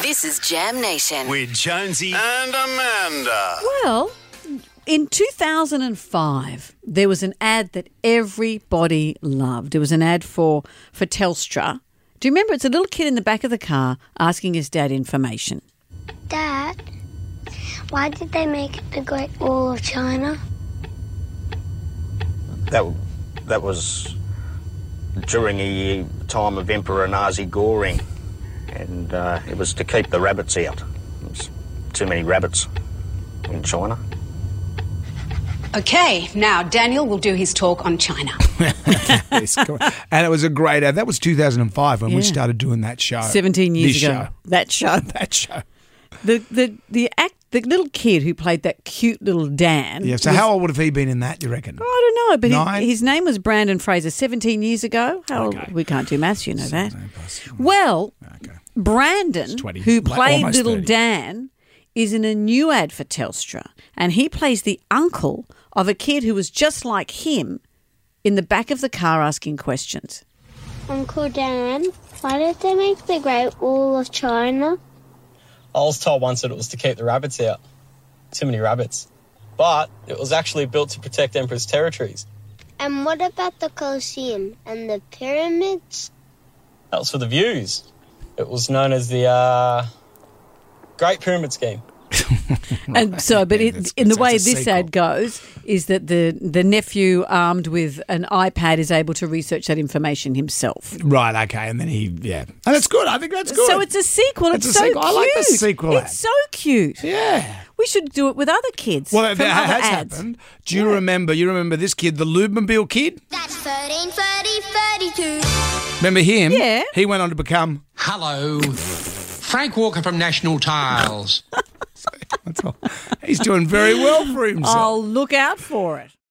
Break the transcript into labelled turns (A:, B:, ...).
A: This is Jam Nation.
B: with Jonesy.
C: And Amanda.
D: Well, in 2005, there was an ad that everybody loved. It was an ad for, for Telstra. Do you remember? It's a little kid in the back of the car asking his dad information.
E: Dad, why did they make the Great Wall of China?
F: That that was during the time of Emperor Nazi Goring, and uh, it was to keep the rabbits out. There was too many rabbits in China.
G: Okay, now Daniel will do his talk on China.
H: Yes, come on. and it was a great ad. That was 2005 when we
D: Yeah.
H: started doing that show.
D: 17
H: Uh,
D: years
H: This
D: ago.
H: show.
D: That show.
H: That show.
D: The, the, the, act, the little kid who played that cute little Dan.
H: Yeah. So
D: was-
H: how old would have he been in that? You reckon?
D: I don't know, but
H: Nine?
D: his, his name was Brandon Fraser 17 years ago. How old- We can't do maths, you know that. Well, Brandon,
H: 20,
D: who
H: like
D: played
H: almost
D: Little
H: 30.
D: Dan, is in a new ad for Telstra, and he plays the uncle of a kid who was just like him in the back of the car asking questions.
E: Uncle Dan, why did they make the Great Wall of China?
I: I was told once that it was to keep the rabbits out. Too many rabbits. But it was actually built to protect Emperor's territories.
E: And what about the Colosseum and the pyramids?
I: That was for the views. It was known as the uh, Great Pyramid Scheme.
D: And so, but it,
H: that's-
D: in the
H: that's
D: way
H: a
D: this
H: sequel.
D: ad goes, is that the the nephew, armed with an iPad, is able to research that information himself.
H: Right. Okay. And then he. Yeah. And that's good. I think that's good.
D: So it's a sequel.
H: It's
D: It's,
H: a
D: so
H: sequel. I
D: cute.
H: like the sequel ad.
D: It's so cute.
H: Yeah.
D: We should do it with other kids.
H: Well,
D: from
H: that
D: other
H: has
D: ads.
H: happened. Do you remember? You remember this kid, the Lubmobile kid?
E: That's 13, 30, 32.
H: Remember him?
D: Yeah.
H: He went on to become.
J: Hello, Frank Walker from National Tiles.
H: That's all. He's doing very well for himself.
D: I'll look out for it.